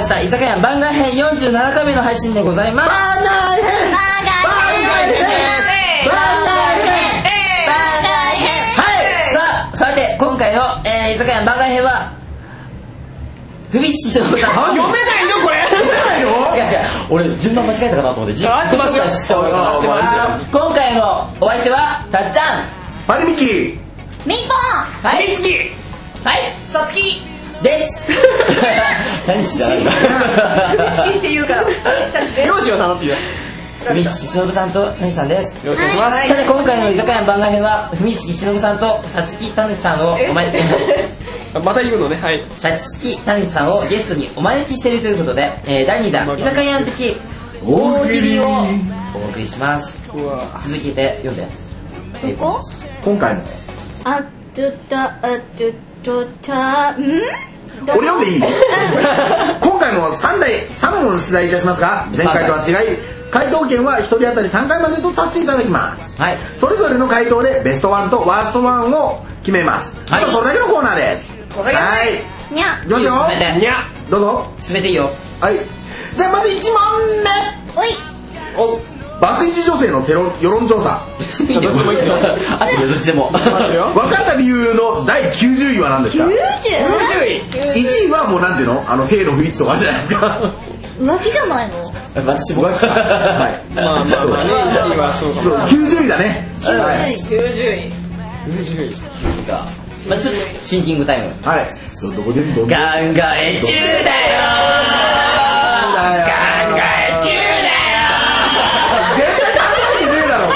した居酒屋番外編47回目の配信でございます番外編番外番外編編番外編はいさあさて今回の、えー居酒屋番外編は不備地の歌読めないのこれ読めないの違う違う俺順番間違えたかなと思って自己合ってますよ紹介しており合ってますよます今回のお相手はたっちゃんマルミキみっぽんはい好きはいさつきです何しだなんだ好きって言うから名字を頼ってよふみちしのぶさんとたにさんですよろしくお願いします、さて今回の居酒屋の番外編はふみちしのぶさんとさつきたねさんを お前また言うのねはいさつきたねさんをゲストにお招きしているということで、えー、第2弾居酒屋の時大喜利をお送りしますうわ続けて読んでどこ今回のあちょっとあちょっとちゃんどこ俺読んでいい今回も3題3問出題いたしますが前回とは違い回答権は1人当たり3回までとさせていただきますはいそれぞれの回答でベストワンとワーストワンを決めます、はいあとそれだけのコーナーですこれがはいにゃどうぞいいですねにゃどうぞ進めていいよはいじゃあまず1問目おいおバツイチ女性の世論世論調査いいよどっちでもいいですよあってるよどっちでも分かった理由の第90位は何ですか90 1位はもうなんていうのあの性の不一致とかあるじゃないですか浮気じゃないの私も浮気かはいまあまあまあね1位はそうかも90位だねはい90位90位かまあちょっとシンキングタイムはい。どどこでどん考なえ中だよ考え中だよ絶対考えてねえだろ。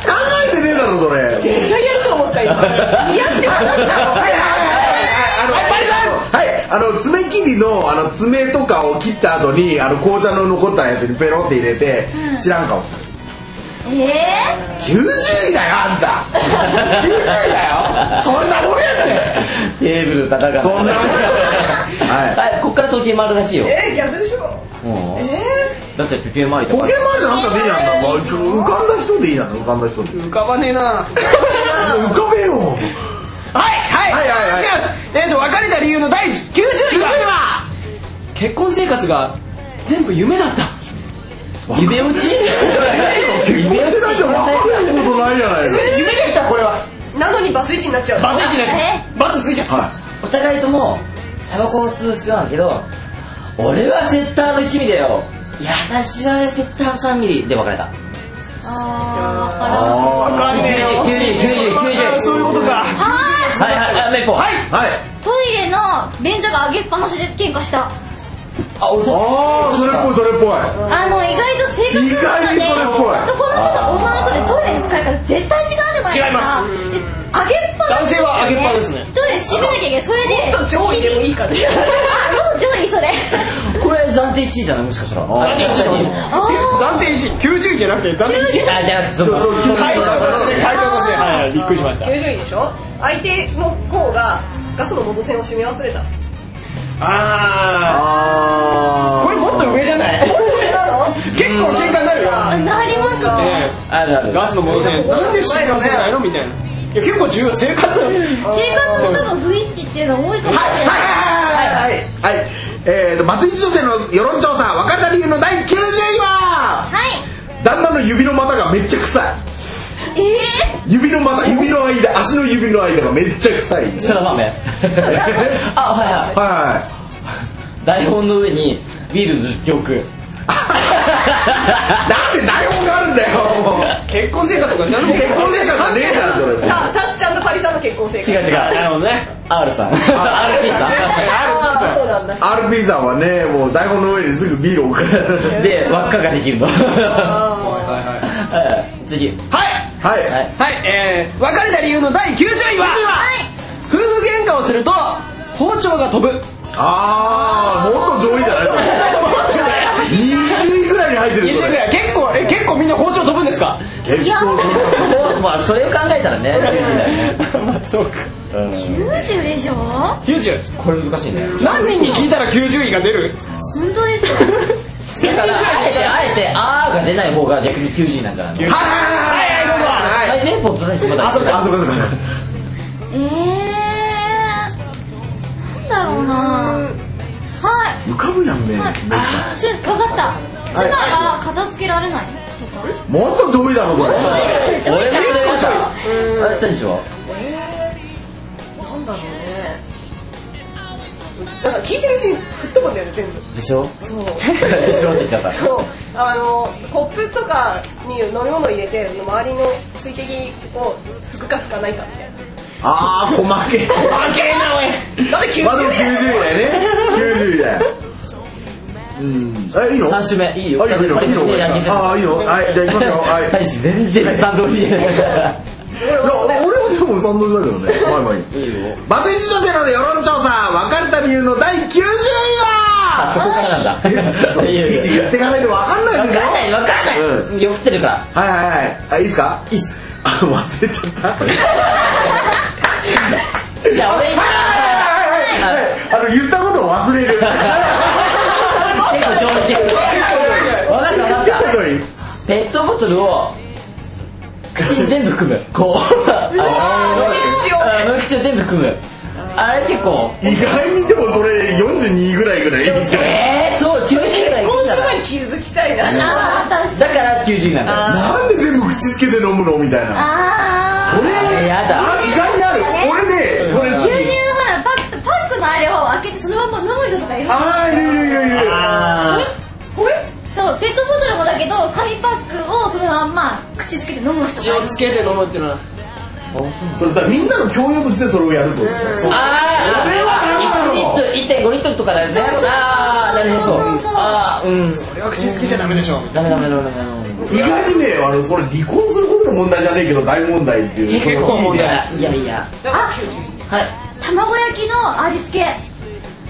考えてねえだろ、それ。はい絶対やると思った今似合ってなかったもんはいあのはいあの爪切りのあの爪とかを切った後にあの紅茶の残ったやつにペロって入れて知らん顔するえ90位だよあんた90位だよそんなもんやってテーブル叩かそんなもんやってはいはいこっから時計回るらしいよえー逆でしょうんえだって時計回りとポケモかンじゃなくていいじゃんか浮かんだ人でいいじゃん浮かんだ人で浮かばねえなはい浮かべよはいはいはいはいえっと別れた理由の第90位は結婚生活が全部夢だった夢落ち結婚してないじゃ分かることないじゃないの夢でしたこれはーなのにバツイチになっちゃうバツイチでしたバツついちゃったはいお互いともタバコを吸う人なんだけど俺はセッターの一味だよいや私はセッターの三ミリで別れたあわか九十九十九十そういうことかーあはいはいあメイポはいはいートイレの便座が上げっぱなしで喧嘩したあ俺そうああそれっぽいそれっぽいあの意外と性格なん意外にでそれっぽい男の人と女の人でトイレの使い方絶対違うじゃないですか違いますで上げっぱなしです男性よねは上げっぱですねトイレ閉めなきゃいけないそれでもっと上位でもいいから あもう上位それこれ暫定1位じゃないもしかしたらあ定一位かもしれないあ暫定1位90位じゃなくて暫定1位あじゃあそうかそうそう回答として回答としてはいはいびっくりしました90位でしょ相手の方がガスの元栓を閉め 忘れたあああこれもっと上じゃない上なの結構喧嘩になるよーなりますねねあるあるガスの戻せなんで死なせないのみたいないや結構重要生活生活で多分不一致っていうのは多いかもしれないはいはいはいえーと松井女性の世論調査分かった理由の第90位ははい旦那の指の股がめっちゃ臭いえ指の股指の間足の指の間がめっちゃ臭いそら豆あはいはいは台本の上にビールの実況句いなんで台本があるんだよもう結婚生活とか何も結婚でしょじゃねえだろそれたたっちゃんとパリさんの結婚生活違う違うなるほどね R さん RP さああそうな んだ RP さんはねもう台本の上にすぐビールを置くんで輪っかができるのあはい次はいはいはいはいえー別れた理由の第90位は夫婦喧嘩をすると包丁が飛ぶああもっと上位じゃない20位ぐらいに入ってる20そぐれらい結構え結構みんな包丁飛ぶんですか結構そこまあそれを考えたらね嬉しいんだよねまあそうかー90でしょ本90これ難しいね何人に聞いたら90位が出る当ですよだからあえてあえて「あー」が出ない方が逆に90なんじゃないのはいはいどうぞはい年俸取られてまだあそうあそうかそうかえーなんだろうなはい浮かぶやんね、あすかかった妻が片付けられないもっと上位だろこれ俺もそれやったあれ何でしょうなんだろうねだから聞いてるうちに吹っ飛ぶんだよね全部でしょそうでしょって言っちゃったそうあのコップとかに飲み物入れて周りの水滴を拭くか拭かないかみたいああ細けあけんなおいなだって90まあでも90円だよね90だようんえいいの三種目いいよあいいよいいよパリスでヤンキーあいいよはいじゃあいきますよはい大志全然賛同 できないいや俺もでも賛同だけど ねまあまあいいいいよバツイチ女性の世論調査別れた理由の第90位あそはこからなんだいやいやいいちいち言っていかないと分かんない分でしょかんない分かんない酔ってるからはいはいはいあいいですかいいっすあ忘れち ゃったじゃあ俺はいはいはいあの言ったことを忘れる結構上手分かった分かった言った通りペットボトルを口に全部含むこうあの口をあの口を全部含むあれ結構意外にでもそれ42ぐらいぐらいですよえー、そう90代いこくうんすだるな前に気づきたいな あー私だから90なんだよ なんで全部口つけて飲むのみたいなあそれあやだあ意外になる俺ねそれー牛乳のほらパッパックのあれを開けてそのまま飲む人とかいるあーいるいるいるいるあそうペットボトルもだけど紙パックをそのまんま口つけて飲む血人をがいつけて飲むっていうのはそれだからみんなの協力してそれをやるってことですーよあ俺はー1リットル1.5リットルとかだよねそうそうああなるほどそうそうそうああうん俺は口つけちゃダメでしょダメダメダメダメダメ意外にねあのそれ離婚することの問題じゃねえけど大問題っていう結構問いいね題いやいやだから90はい卵焼きの味付け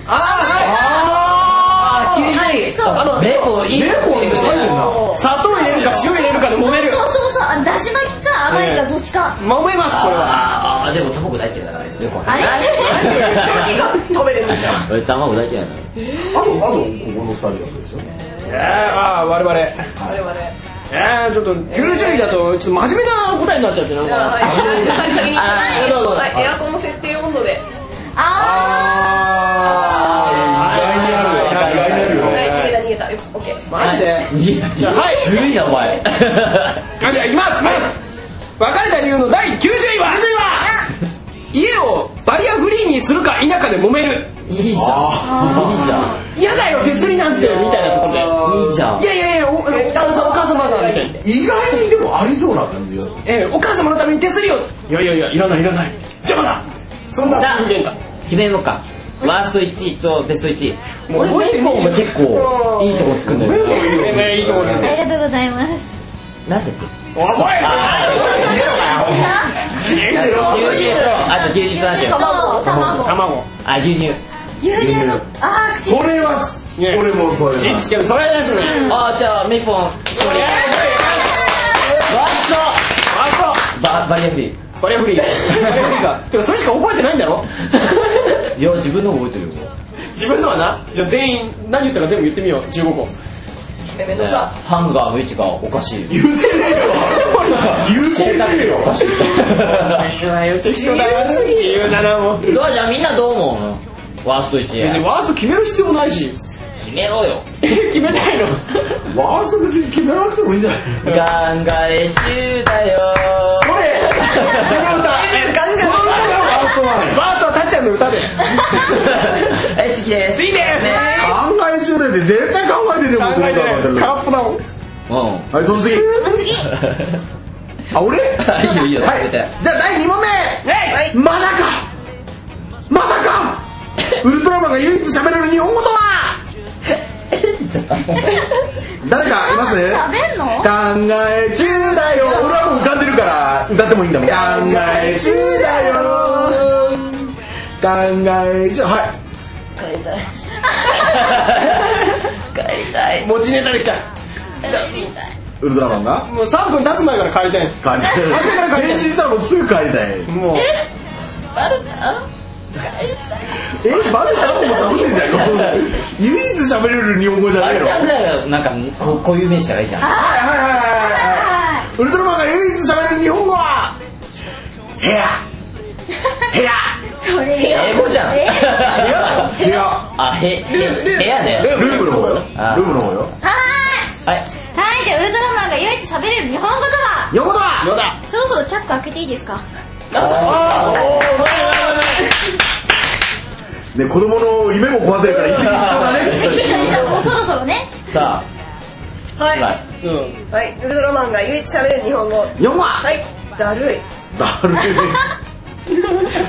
あああはいあ90そうあのレモンいいレモン入るんだ砂糖入れるか塩入れるかで揉めるそうそうそうあだし巻きか甘いかどっちか揉めますこれはああでも卵大嫌いだからよくわかんないあれ何が飛べるんじゃん俺卵大嫌いなのあとあとここの二人だけでしょえー、ああ我々えあれはねー、ちょっと90位だとちょっと真面目な答えになっちゃってなんじゃあかはい先にあーどうぞはいエアコンの設定温度でああー意外にあるよはい意外にあるよ逃げた逃げたよ OK マジではいずるいなお前はいじゃあいきます、別れた理由の第90位は家をバリアフリーにするか否かで揉めるいいじゃんいいじゃ嫌だよ手すりなんてみたいなところんいいじゃんでいやいやいやおお母さんお母様だみたいな意外にでもありそうな感じよええお母様のために手すりをいやいやいやいらないいらない邪魔だそんなさあ人間か決めようかワースト1位とベスト1位もうもう一もうお前個結構いいとこつくんだよなええいいところーありがとうございますなんだっけおいあと牛乳と何だよ卵卵卵あ牛乳牛乳のあー口それはね俺もそれは実つけるそれですねあじゃあメイポン勝利ワースあトババリアフリーとバリアフリーバリアフリーかてかそれしか覚えてないんだろいや自分の方覚えてるよ自分のはなじゃあ全員何言ったか全部言ってみよう15個めめねのさハンガーの位置がおかしい言うてねえよ言うて洗濯ねえ機がよおかしい自由だなもううわじゃあみんなどう思うのワースト別に1位ワースト決める必要もないし決めろよ決めたいのワースト別に決めなくてもいいんじゃない考え中だよこれガンガンその歌ワーストなのよワーストはたっちゃんの歌ではい次です次ですね考え中で絶対考えてねえ考もんそんなえの考えててるる空っぽだもん うはいその次あ次あ俺んいいよいいよ食べてじゃあ第2問目はいまさかまさかウルトラマンが唯一喋れる日本語とは誰かいます喋んの考え中だよ俺はもう浮かんでるから歌ってもいいんだもん考え中だよ考え中は帰りたい帰りたい持ちネタできた帰りたいいウルトラマンがもう3分経つ前から帰りたい帰りたい変身したらもうすぐ帰りたいもうバルカン帰りたいえバルタンも喋ってんじゃんここ唯一喋れる日本語じゃバねえルのカンぐらいがなんかここういう名詞したらいいじゃんはいはいはいはいはいウルトラマンが唯一喋れる日本語は部屋部屋これ英語じゃん英語部屋部屋あへへ部屋ねルームの方よあルーームの方よははいーいはいでウルトラマンが唯一喋れる日本語とは横だはだそろそろチャック開けていいですかあね子供の夢も壊せるから一気に一緒行一緒一緒もうそろそろねーさあはい今はいウルトラマンが唯一喋れる日本語だね横だはいだるい だるい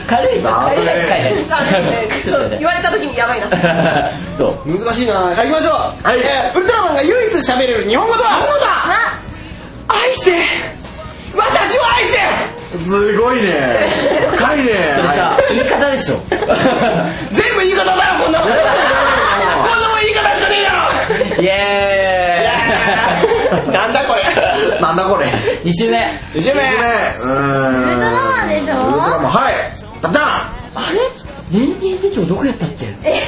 軽いぞあ軽い軽い使えないあですねちちょっょっととね言われた時にやばいな どう難しいな書きましょうはいえーウルトラマンが唯一喋れる日本語とはあ愛してる私を愛してすごいね深いねそれさはい言い方でしょ る全部言い方だよこんなもんこんなもん言い方しかねえだろイエ ーイなんだこれなんだこれ2週目2周目ねうーんウルトラマンウでしょルトラマンはいたっちゃあれ年金手帳どこやったっけえ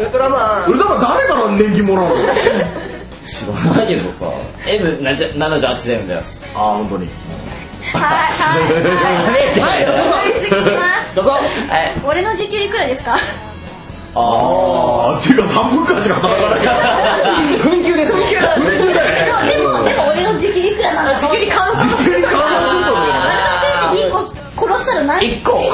ウルトラマんウルトラマン誰から年金もらうの 知らないけどさ M なちゃ7じゃしてるんだよああ本当にーはいはいはい食べてはい次行きますどうぞはい俺の時給いくらですか あああっていうか3分間しか働かない紛 糾です紛糾だ本当だでよもねでもでも俺の時給いくらなんだ時給に換算時給に換算するとね俺のせいで2個殺したらー何1個もう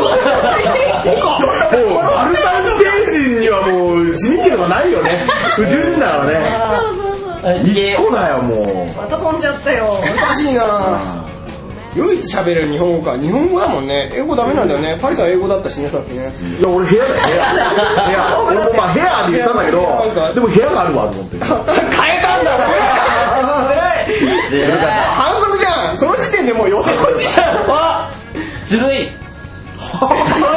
アルバン星人にはもう市民権とかないよね宇宙人だからね次来ないよもうンまた飛んじゃったよ難しいな唯一喋れる日本語か日本語だもんね英語ダメなんだよねパリさん英語だったしねさっきねいや俺部屋だよ部屋部屋俺もまあ部屋で言ったんだけどでも部屋があるわと思って変 えたんだろずるい反則じゃんその時点でもう寄せこっちじゃんあずるい今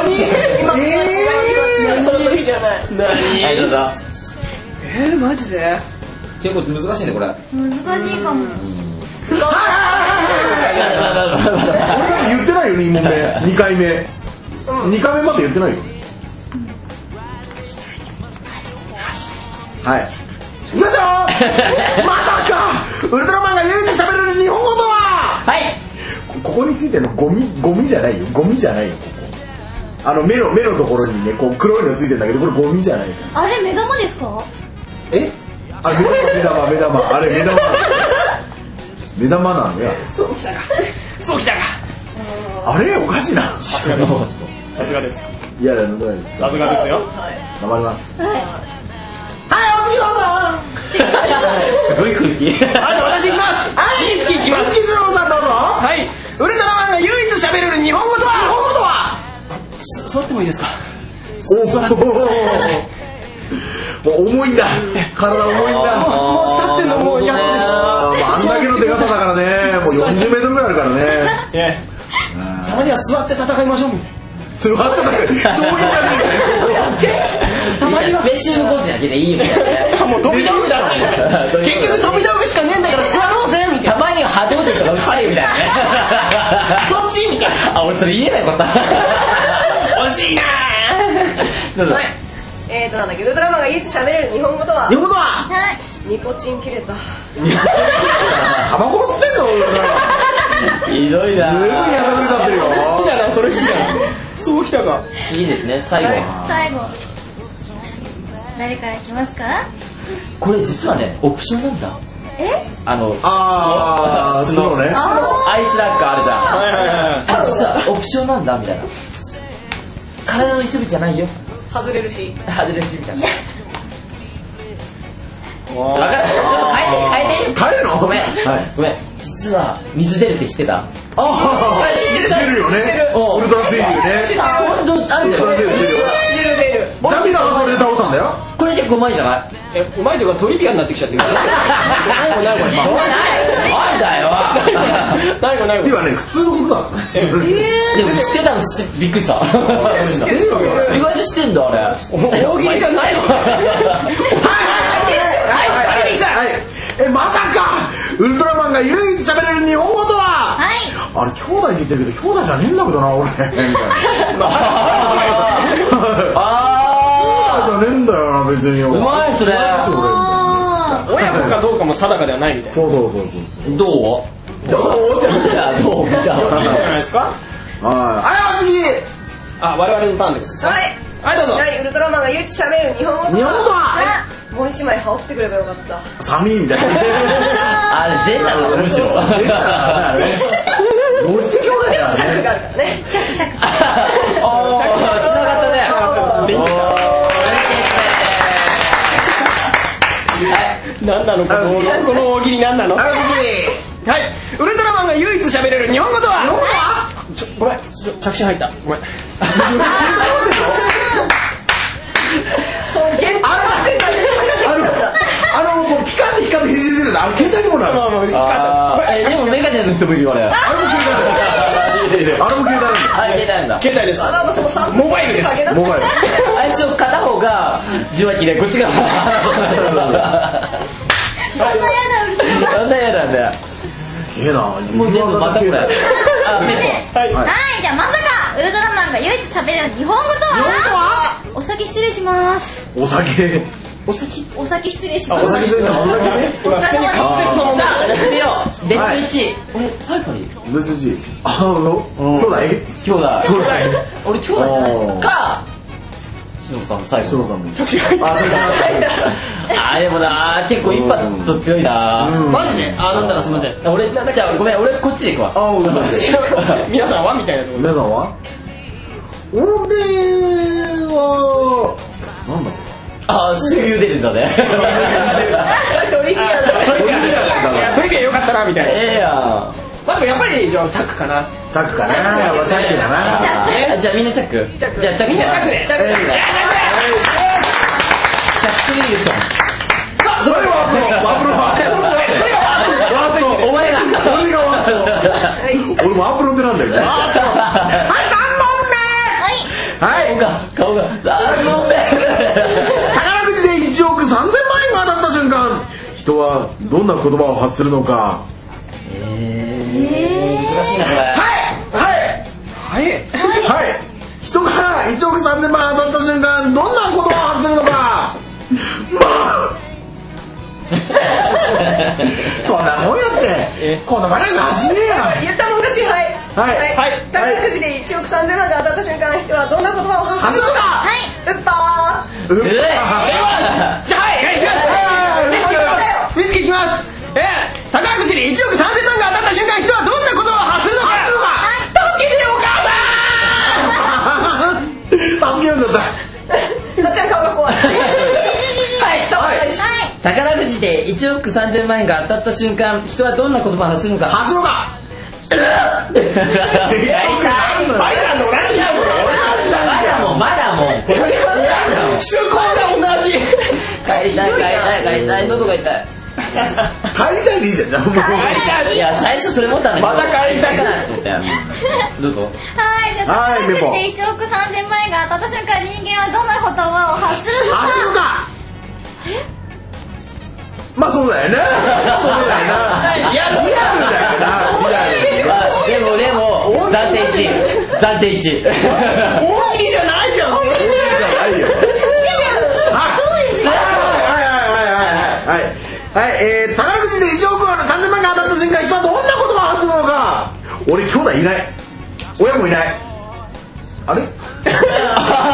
違う今違うその時じゃないはいどうぞえー、マジで結構難しいねこれ難しいかもまだまだまだまだ俺だって言ってないよね2問目2回目2回目まで言ってないよはいいきますよまさかウルトラマンが唯一喋れる日本語とははいここについてのゴミゴミじゃないよゴミじゃないよここあの目の目のところにねこう黒いのついてるんだけどこれゴミじゃないあれ目玉ですか えあ目玉目玉目玉あれ目玉目玉なのよそうきたかあれおかしいなさすがですいやいやなんとないですさすがですよ頑張りますすごい空気はい私行きますはい好き行きます月郎さんどうぞはいウルトラマンが唯一喋れる日本語とは日本語とは座ってもいいですかおお もう重いんだ体重いんだもう立ってんのもう嫌ですあーあんだけのでかさだからねもう40メートルぐらいあるからねええたまには座って戦いましょうみたいな座ってたから衝撃が出てたまには別ッコースだけでいいみたいなねもう飛び道具だし 結局飛び道具しかねえんだから座ろうぜみたいたまにはハテホテとかうるさいみたいなねなそっちみたいなあ俺それ言えないこと 惜しいなどうぞはいえーとなんだっけウルトラマンが唯一喋れる日本語とは日本語ははいニコチン切れたタバコ吸ってんの俺らひどいなすごいやられちゃってるよ好きだなそれ好きだなそうきたか次ですね最後最後誰からいきますかこれ実はねオプションなんだえあのあー角そうねあアイスラックあるじゃんはいはいはあ実はオプションなんだみたいな体の一部じゃないよ外れるし外れしみたいない分かるちょっと変えて変えて帰るのごめん、はいごめん実は水出るって知ってたああ知出るよねうんウルトラスイングねあ本当あるんだウルトラ出るよ出るよ出る出るダミラがそれで倒したんだよこれ結構うまいじゃないえうまいというかトリビアになってきちゃってるないもないもないなんだよないもんないもんっていうかね普通のことだからねでも知ってたの知ってびっくりした出るよね意外と知ってんだあれお大喜利じゃないわはいはいえまさかウルトラマンが唯一喋れる日本語とーははいあれ兄弟って言ってるけど兄弟じゃねえんだけどな俺みたいなあ兄弟じゃねえんだよな別にーうまいそれあ親子かどうかも定かではないみたいそうそうそうそうどうどうどう見たないですかはいあ次あ我々のターンですはいはいどうぞはいウルトラマンが唯一喋る日本語とは日本語とははいもう一枚羽織ってくればよかった寒いみたいな。あれ、全なのむしろ。あれ持ってきょうだいだチャックね。があおー、るからねつながったね。で何なのこのこの大喜利何なのはいウルトラマンが唯一喋れる日本語とは日本語ちょごめんちょ着信入ったごめん尊敬あれあの、あの、こう、ピカって光って編集するの、あれ、携帯にもなる。まあまあ嬉しかったあーえ、でもメガネの人もいるよ、あれ。あれも携帯なんだ。あれも携帯なんだ。あれ、携帯なんだ。携帯ですあなんかその3分モバイルですだけだモバイル。最初、片方が受話器で、こっちが。 そんな嫌なウルトラマンなんだよ、なんだよ。すげえな。もう全部またこれ。あ、ペンねはい、じゃあまさかウルトラマンが唯一喋れる日本語とはお先失礼しますお酒。お先お先失礼しまおす酒するの、お酒ね。お疲れ様でさすあ、やってよう。ベスト1。俺、パイパイブース G。ああ、うん兄弟兄弟。兄弟。俺、兄弟じゃないか、しのぶさんの最そ後う。さんも。あ、そうさ あーでもなー結構一発と強いなー、うんマジであなんだかすいません俺じゃあごめん俺こっちで行くわあうん皆さんはみたいなとこん。皆さんは俺は、なんだろう。あー水流出るんだねトリビアだトリビアトリビアよかったなみたいなええやまあでもやっぱりじゃあチャックかなチャックかな。チャックだな。んじゃあみんなチャックチャックじゃあチャックみんなチャックでチャックでチャックチャックでいいでそれはアプロン、アプロン。ワースト、お前だ。俺がワースト。俺もアプロンってなんだよ。はいはしい。ょ顔があもうね宝くじで1億3000万円が当たった瞬間、人はどんな言葉を発するのか。 えー難しいなこれはいはいはい人が1億3000万円当たった瞬間、どんな言葉を発するのか。まあそんなもんやって。この場なんか走ねえや。言ったもん勝ちははいいはい宝くじで1億3000万が当たった瞬間人はどんな言葉を発するのかはいウッパーうずるいじゃあはいはい行きますウイスキーいきますええ宝くじに1億3000万が当たった瞬間人はどんなことを発するのか助けてお母助けるんだったなっちゃん顔が怖いはい伝わらないしはい宝くじで1億3000万円が当たった瞬間人はどんな言葉を発するのか発すのかやりたいバイザーの同じだよまだもんまだもんさん趣向が同じ帰りたい帰りたい帰りたい喉が痛い帰りたいでいいじゃんじゃあもういや最初それ思ったんだけどまた帰りたくなるどうぞはい、じゃあ、宝くじで1億3000万円が当たった瞬間、人間はどんな言葉を発するの発すのか。かまあそうだよねそうだよないやリアルだよなリアルまあでもでも暫定一位暫定一位大喜利じゃないじゃんはいよはいはいはいはいはいはいはいえー宝くじで1億ある3000万円が当たった瞬間人はどんな言葉を発するのか俺兄弟いない親もいないあれ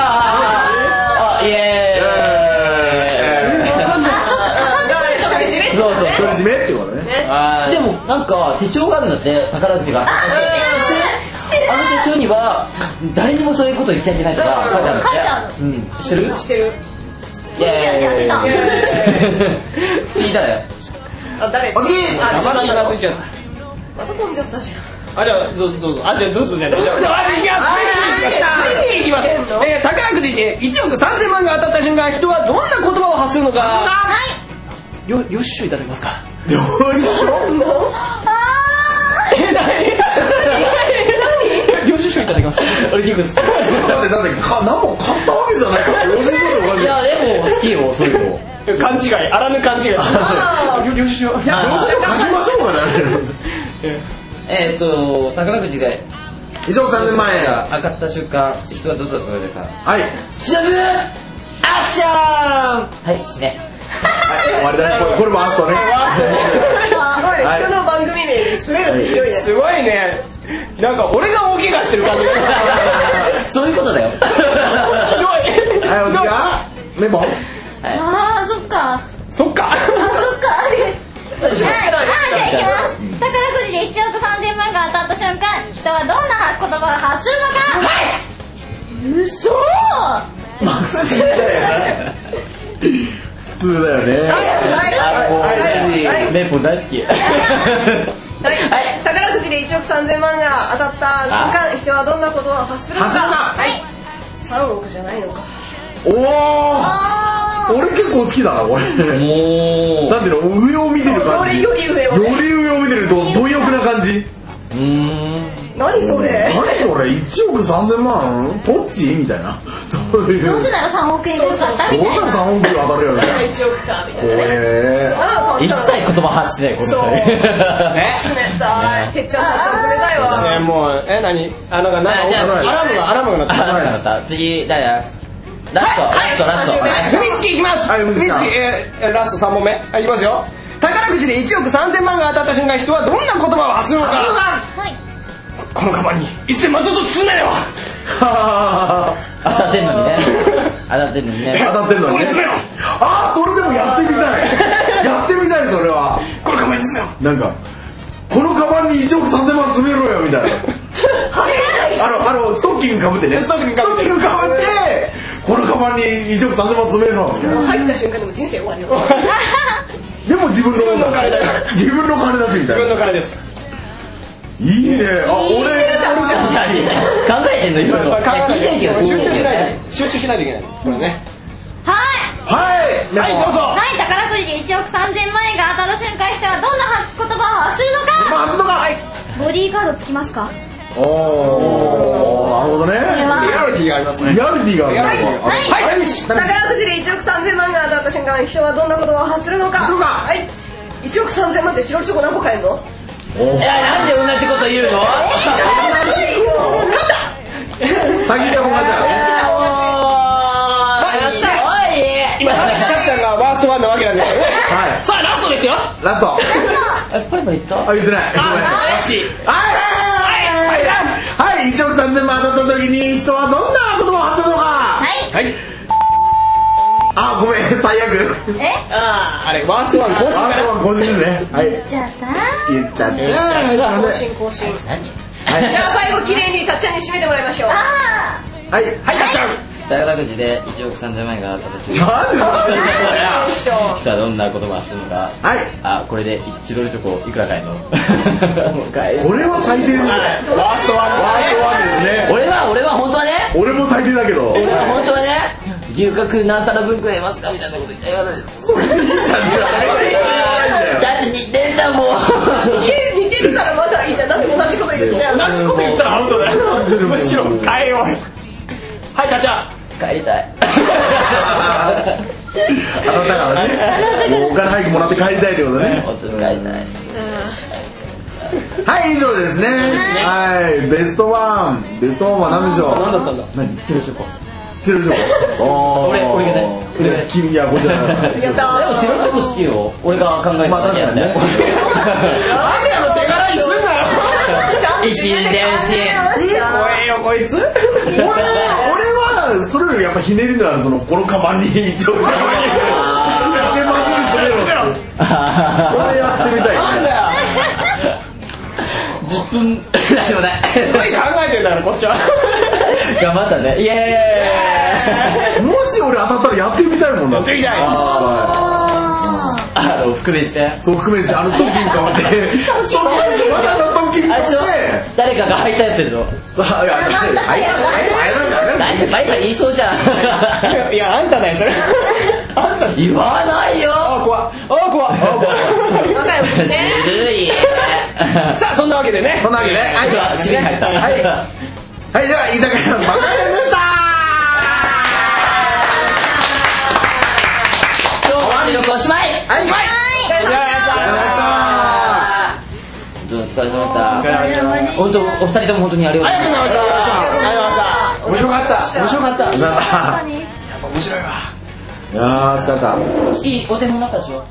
あイエあ、そうか、独り占ーめイそうそう独り占めってことねそうでもなんか手帳があるんだって宝く じがあ、知ってる。知ってる。あの手帳には誰にもそういうこと言っちゃいけないとか書いてあるんだって書いてあるうん知ってるしてるイエやってーイ 次誰よあ誰おぎーあまだついちゃうまた飛んじゃったじゃあ、じゃあ、どうぞどうぞ。あ、じゃあ、どうぞじゃない。じゃあ、行きます。次に行きます。えー、宝くじで1億3000万が当たった瞬間、人はどんな言葉を発するのか。はい。よ、よっしゅいただけます か。よいしょあえ、なによっしゅいただけますか。俺、結構だってだってか何も買ったわけじゃないから同じこといやでも好きよそういうの勘違い、あらぬ勘違い。よ、よっしゅい。じゃあ、あ書きましょうかねえーっと宝くじが以上3000万円が上がった瞬間人がどうだったかでさはいはいしのぶアクションはい死ね終わりだねこれこれワーストねんすごいね人の番組名に滑るって勢いだすごいね。なんか俺が大怪我してる感じがひ そういうことだよどいはいお次ひはメモあーそっかどいそっかあそっかあれはい、あじゃあいきます宝くじで1億3000万が当たった瞬間人はどんな言葉が発するのかはい嘘普通だよねはいメイポン大好きはい、宝くじで1億3000万が当たった瞬間人はどんなことを発するのかはい3億じゃないのかおあお俺結構好きだなこもれなんていうの上を見てる感じよ俺より上をり上を見てると貪欲な感じううーん何それ誰これ1億3000万ポッチみたいなそういーどうせうなら3億円でよかったみどたんいなな3億当たるよね1億かみたいな怖えあ一切言葉発してないこの二人冷たいてっちゃんてっちゃん冷たいわえもうえ何あなんかまあ何じゃあ次アラームがアラームが鳴って あるわかった次誰だラストラストラストはいふみつきいきますはいふみつきさんふみつきえーえーラスト3問目はいいきますよ宝くじで1億3000万が当たった瞬間人はどんな言葉を発するのかはいこのカバンに1000万ずつ積んだよ当たってんのにね当たってんのにね 当たってんのこにれね詰めろああそれでもやってみたいやってみたいそれはこのカバンに詰めろなんかこのカバンに1億3000万詰めろよみたいなあのあのストッキングかぶってねストッキング被ってストッキング被ってこのカバンに1億3000万詰めるのみたいな入った瞬間でも人生終わります でも自分のもんだし自分の金だよ自分の金だしみ自た分いなの金ですいいねあ俺俺考えてんのいろいろいや聞いてるけど集中しないと集中しないといけないこれねはいはいはいどうぞはい宝くじで1億3000万円が当たった瞬間人はどんな言葉を発するのかまずのがはいボディーガードつきますかおーなるほどねリアリティがありますねリアリティがあるリなアリティがあるはいフィニッシュ宝くじで1億3000万が当たった瞬間人はどんなことを発するのかはい1億3000万でチロルチョコ何個買えるのいやなんで同じこと言うのお先でほんまじゃーいやお今いたっちゃんがワーストワンなわけなんですよねはさあラストですよいラストえこれも言ったあ言ってないごめんなさい怪しいはいはいはいはいはい1億3000万当たった時に人はどんなことを発するのはかいはいあごめん最悪えああれワーストワン更新あかとらは個人ですねはいじゃあさ言っちゃったあは更新更新じ何いゃあ最後綺麗にたっちゃんに締めてもらいましょうあはいはいたっちゃん宝くじで1億3000万円が当たった瞬間なんでよいしょ人はどんな言葉をするのかはいあこれで1ドルチョコいくら買えんのもう買えるこれは最低ですねワーストワンワースト俺ワンですねは俺は本当はね俺も最低だけど俺は本当はね牛角何皿分くらいますかみたいなこと言ったら言わないだって似てんだもん似て似ててたらまだいいじゃんなんで同じこと言っちゃうの同じこと言ったら本当だよむしろ変えようよはいたっち ゃん帰りたい当たったからねもうお金早くもらって帰りたいってことね本当に帰りたいはい以上ですねはいベストワンベストワンは何でしょう何だったんだ何チロチョコチロチョコあー俺俺がね俺がね君いやこっちらだやったでもーチロルチョコ好きよ俺が考えてまあた確かにねなんであの手柄にすんなよちゃんと一心伝心怖えよこいつ俺は俺はそれよりやっぱひねりのあるそのこのカバンに一応これ なんだやってみたいねよ10分 何でもないすごい考えてんだからこっちは頑張ったねイ エーイもし俺当たったらやってみたいもんなやってみたいはああのおふくれしていそう含めてあのストッキング変わってストッキングまたあのストッキングあれ買でっしてょ誰かが履いたやつでしょあいやあいつあなんでバイバイ言いそうじゃん いやあんただよ それあんた言わないよあー怖っあー怖っ仲良くしねずる いさあそんなわけでねそんなわけではあいとは締め入ったはいはいでは居酒屋のバカヤンでした今日は収録おしまいはいしまいじゃありがとうございましたどうもお疲れ様でしたありがとうございました本当お二人とも本当にありがとうごあざいましりがとうございました面白かったた面白かったさよならあ面白いわあー疲れたいいお手本になったでしょ